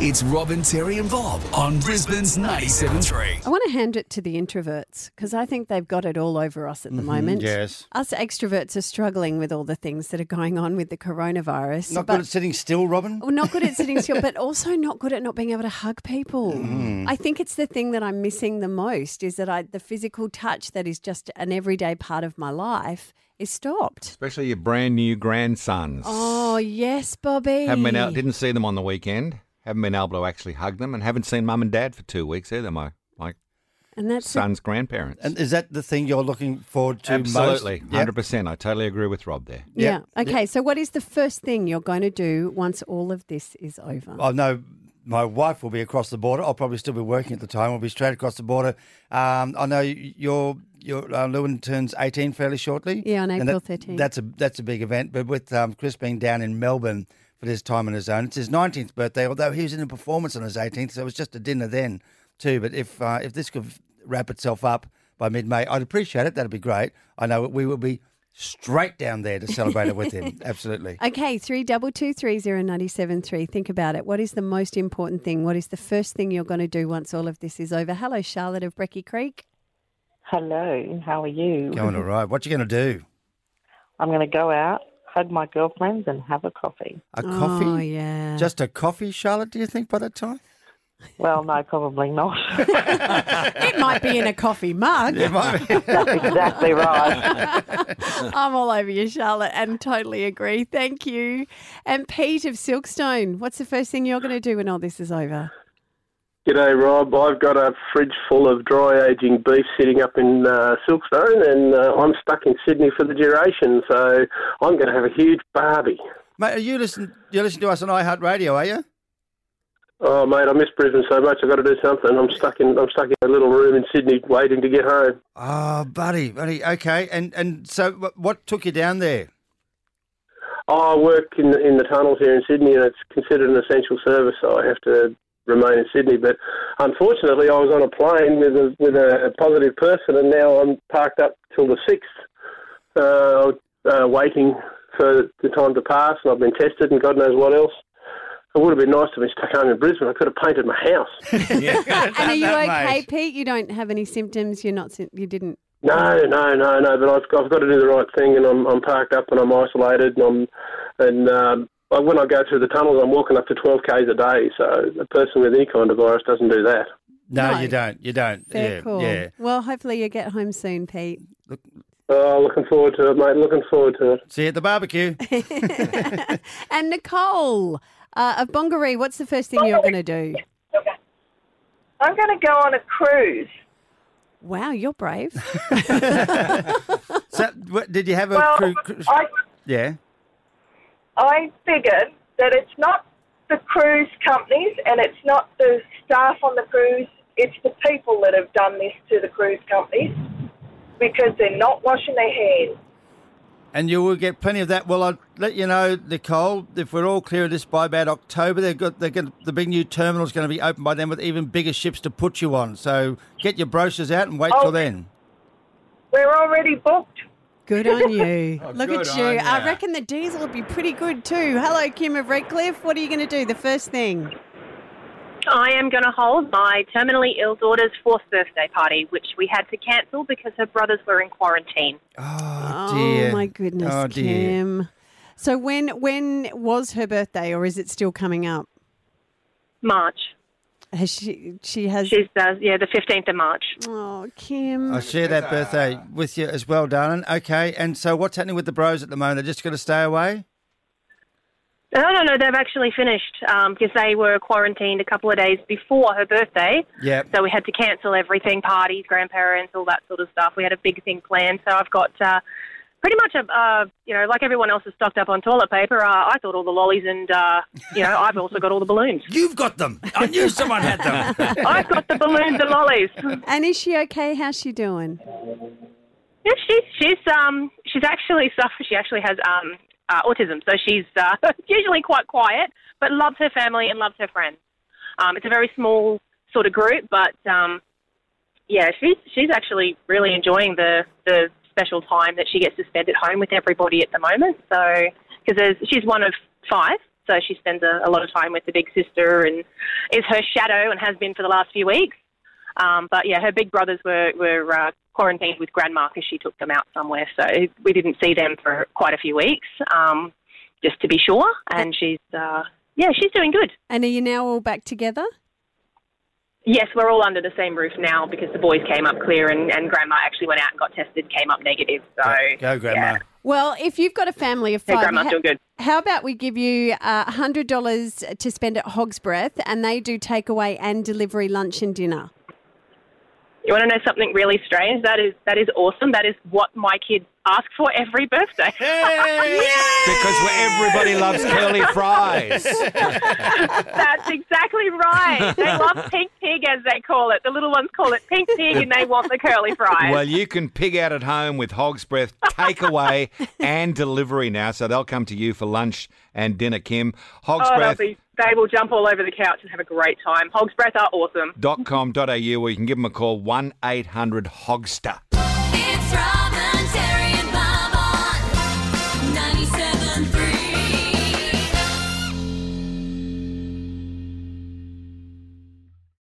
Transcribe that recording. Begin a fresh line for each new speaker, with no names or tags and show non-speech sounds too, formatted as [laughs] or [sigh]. It's Robin, Terry, and Bob on Brisbane's 97.3.
I want to hand it to the introverts because I think they've got it all over us at the moment.
Mm-hmm. yes.
Us extroverts are struggling with all the things that are going on with the coronavirus.
Not
but
good at sitting still, Robin.
Well, not good at sitting still, but also not good at not being able to hug people.
Mm.
I think it's the thing that I'm missing the most is that I the physical touch that is just an everyday part of my life is stopped.
Especially your brand new grandsons.
Oh yes, Bobby.
Haven't been out, didn't see them on the weekend. Haven't been able to actually hug them, and haven't seen mum and dad for two weeks either. My my
and that's the-
son's grandparents.
And is that the thing you're looking forward to
Absolutely,
most?
hundred percent. I totally agree with Rob there.
yeah.
Yeah.
Okay. So, what is the first thing you're going to do once all of this is over?
I know my wife will be across the border. I'll probably still be working at the time. We'll be straight across the border. Um, I know your your uh, Lewin turns 18 fairly shortly.
Yeah, on
And
April
that-
13.
That's a that's a big event. But with um, Chris being down in Melbourne for his time on his own, it's his 19th birthday. Although he was in a performance on his 18th, so it was just a dinner then too. But if uh, if this could wrap itself up by mid May, I'd appreciate it. That'd be great. I know we will be straight down there to celebrate it
[laughs]
with him. Absolutely.
Okay, three double two three zero ninety seven three. Think about it. What is the most important thing? What is the first thing you're going to do once all of this is over? Hello, Charlotte of Brecky Creek.
Hello, how are you?
Going all right. What you going to do?
I'm going to go out, hug my girlfriends, and have a coffee.
A coffee?
Oh yeah.
Just a coffee, Charlotte, do you think, by that time? [laughs]
Well, no, probably not. [laughs]
it might be in a coffee mug.
That's exactly right.
I'm all over you, Charlotte, and totally agree. Thank you. And Pete of Silkstone, what's the first thing you're going to do when all this is over?
G'day, Rob. I've got a fridge full of dry aging beef sitting up in uh, Silkstone, and uh, I'm stuck in Sydney for the duration, so I'm going to have a huge barbie.
[laughs] Mate, are you listen? You listen to us on iHeartRadio, are you?
Oh, mate, I miss Brisbane so much. I've got to do something. I'm stuck in. I'm stuck in a little room in Sydney, waiting to get home.
Oh, buddy, buddy. Okay, and and so wh- what took you
[laughs]
down there?
Oh, I work in the, in the tunnels here in Sydney, and it's considered an essential service, so I have to remain in Sydney. But unfortunately, I was on a plane with a with a positive person, and now I'm parked up till the sixth, uh, uh, waiting for the time to pass, and I've been tested, and God knows what else. It would have been nice to be stuck home in Brisbane. I could have painted my house.
[laughs]
And are you
that,
okay,
mate.
Pete? You don't have any symptoms. You're not. syn- You didn't.
No, no, no, no. But I've I've got to do the right thing, and I'm I'm parked up, and I'm isolated, and I'm and um, I- when I go through the tunnels, I'm walking up to 12 k's a day. So a person with any kind of virus doesn't do that.
No,
No.
you don't. You don't.
Fair
yeah,
call.
yeah.
Well, hopefully you get home soon, Pete.
Oh, looking forward to it, mate. Looking forward to it.
See you at
[laughs]
the barbecue.
And Nicole uh, of Bongaree, what's the first thing you're going to do?
I'm going to go on a cruise.
Wow, you're brave.
so, what, did you have a
Well,
crew? cru-
I,
yeah.
I figured that it's not the cruise companies and it's not the staff on the cruise, it's the people that have done this to the cruise companies because they're not washing their hands.
And you will get plenty of that. Well, I'll let you know, Nicole, if we're all clear of this by about October, they've got, they're going the big new terminal's going to be open by then with even bigger ships to put you on. So get your brochures out and wait
Oh.
till then.
We're already booked.
Good on you.
[laughs] Oh,
Look
good
at you.
on
I
ya.
reckon the diesel would be pretty good too. Hello, Kim of Redcliffe. What are you going to do? The first thing.
I am going to hold my terminally ill daughter's fourth birthday party, which we had to cancel because her brothers were in quarantine.
Oh, dear.
my goodness,
Oh, dear.
Kim. So when when was her birthday, or is it still coming up?
March.
Has she she has.
She's the, yeah, the 15th of March.
oh, Kim.
I share that birthday with you as well, darling. Okay, and so what's happening with the bros at the moment? They're just going to stay away?
No, no, no, they've actually finished um, because they were quarantined a couple of days before her birthday.
Yep.
So we had to cancel everything parties, grandparents, all that sort of stuff. We had a big thing planned. So I've got uh, pretty much, a, uh, you know, like everyone else is stocked up on toilet paper. Uh, I thought all the lollies and, uh, you know, I've also got all the balloons.
[laughs] You've got them. I knew someone had them.
[laughs] I've got the balloons
[laughs]
and lollies.
And is she okay? How's she doing?
Yeah, she's she's um she's actually suffers. She actually has um uh, autism, so she's uh, [laughs] usually quite quiet, but loves her family and loves her friends. Um, it's a very small sort of group, but um, yeah, she's she's actually really enjoying the the special time that she gets to spend at home with everybody at the moment. So because she's one of five, So she spends a, a lot of time with the big sister and is her shadow and has been for the last few weeks. Um, but yeah, her big brothers were were uh, quarantined with grandma because she took them out somewhere, so we didn't see them for quite a few weeks, um, just to be sure. And she's uh, yeah, she's doing good.
And are you now all back together?
Yes, we're all under the same roof now because the boys came up clear and, and grandma actually went out and got tested, came up negative. So
Go, Grandma.
Well, if you've got a family of
Yeah,
five,
grandma's
ho-
doing good.
how about we give you uh, $100 to spend at Hog's Breath and they do takeaway and delivery lunch and dinner?
You want to know something really strange? That is that is awesome. That is what my kids ask for every birthday.
Because where
[laughs]
everybody loves curly fries.
That's exactly right.
[laughs]
They love pink pig as they call it. The little ones call it pink pig, and they want the curly fries.
Well, you can pig out at home with Hog's Breath takeaway and delivery now, so they'll come to you for lunch and dinner, Kim. Hog's
oh, they'll
Breath.
be, they will jump all over the couch and have a great time. Hog's breath are awesome.
dot com.au or you can give them a call 1 800 Hogster.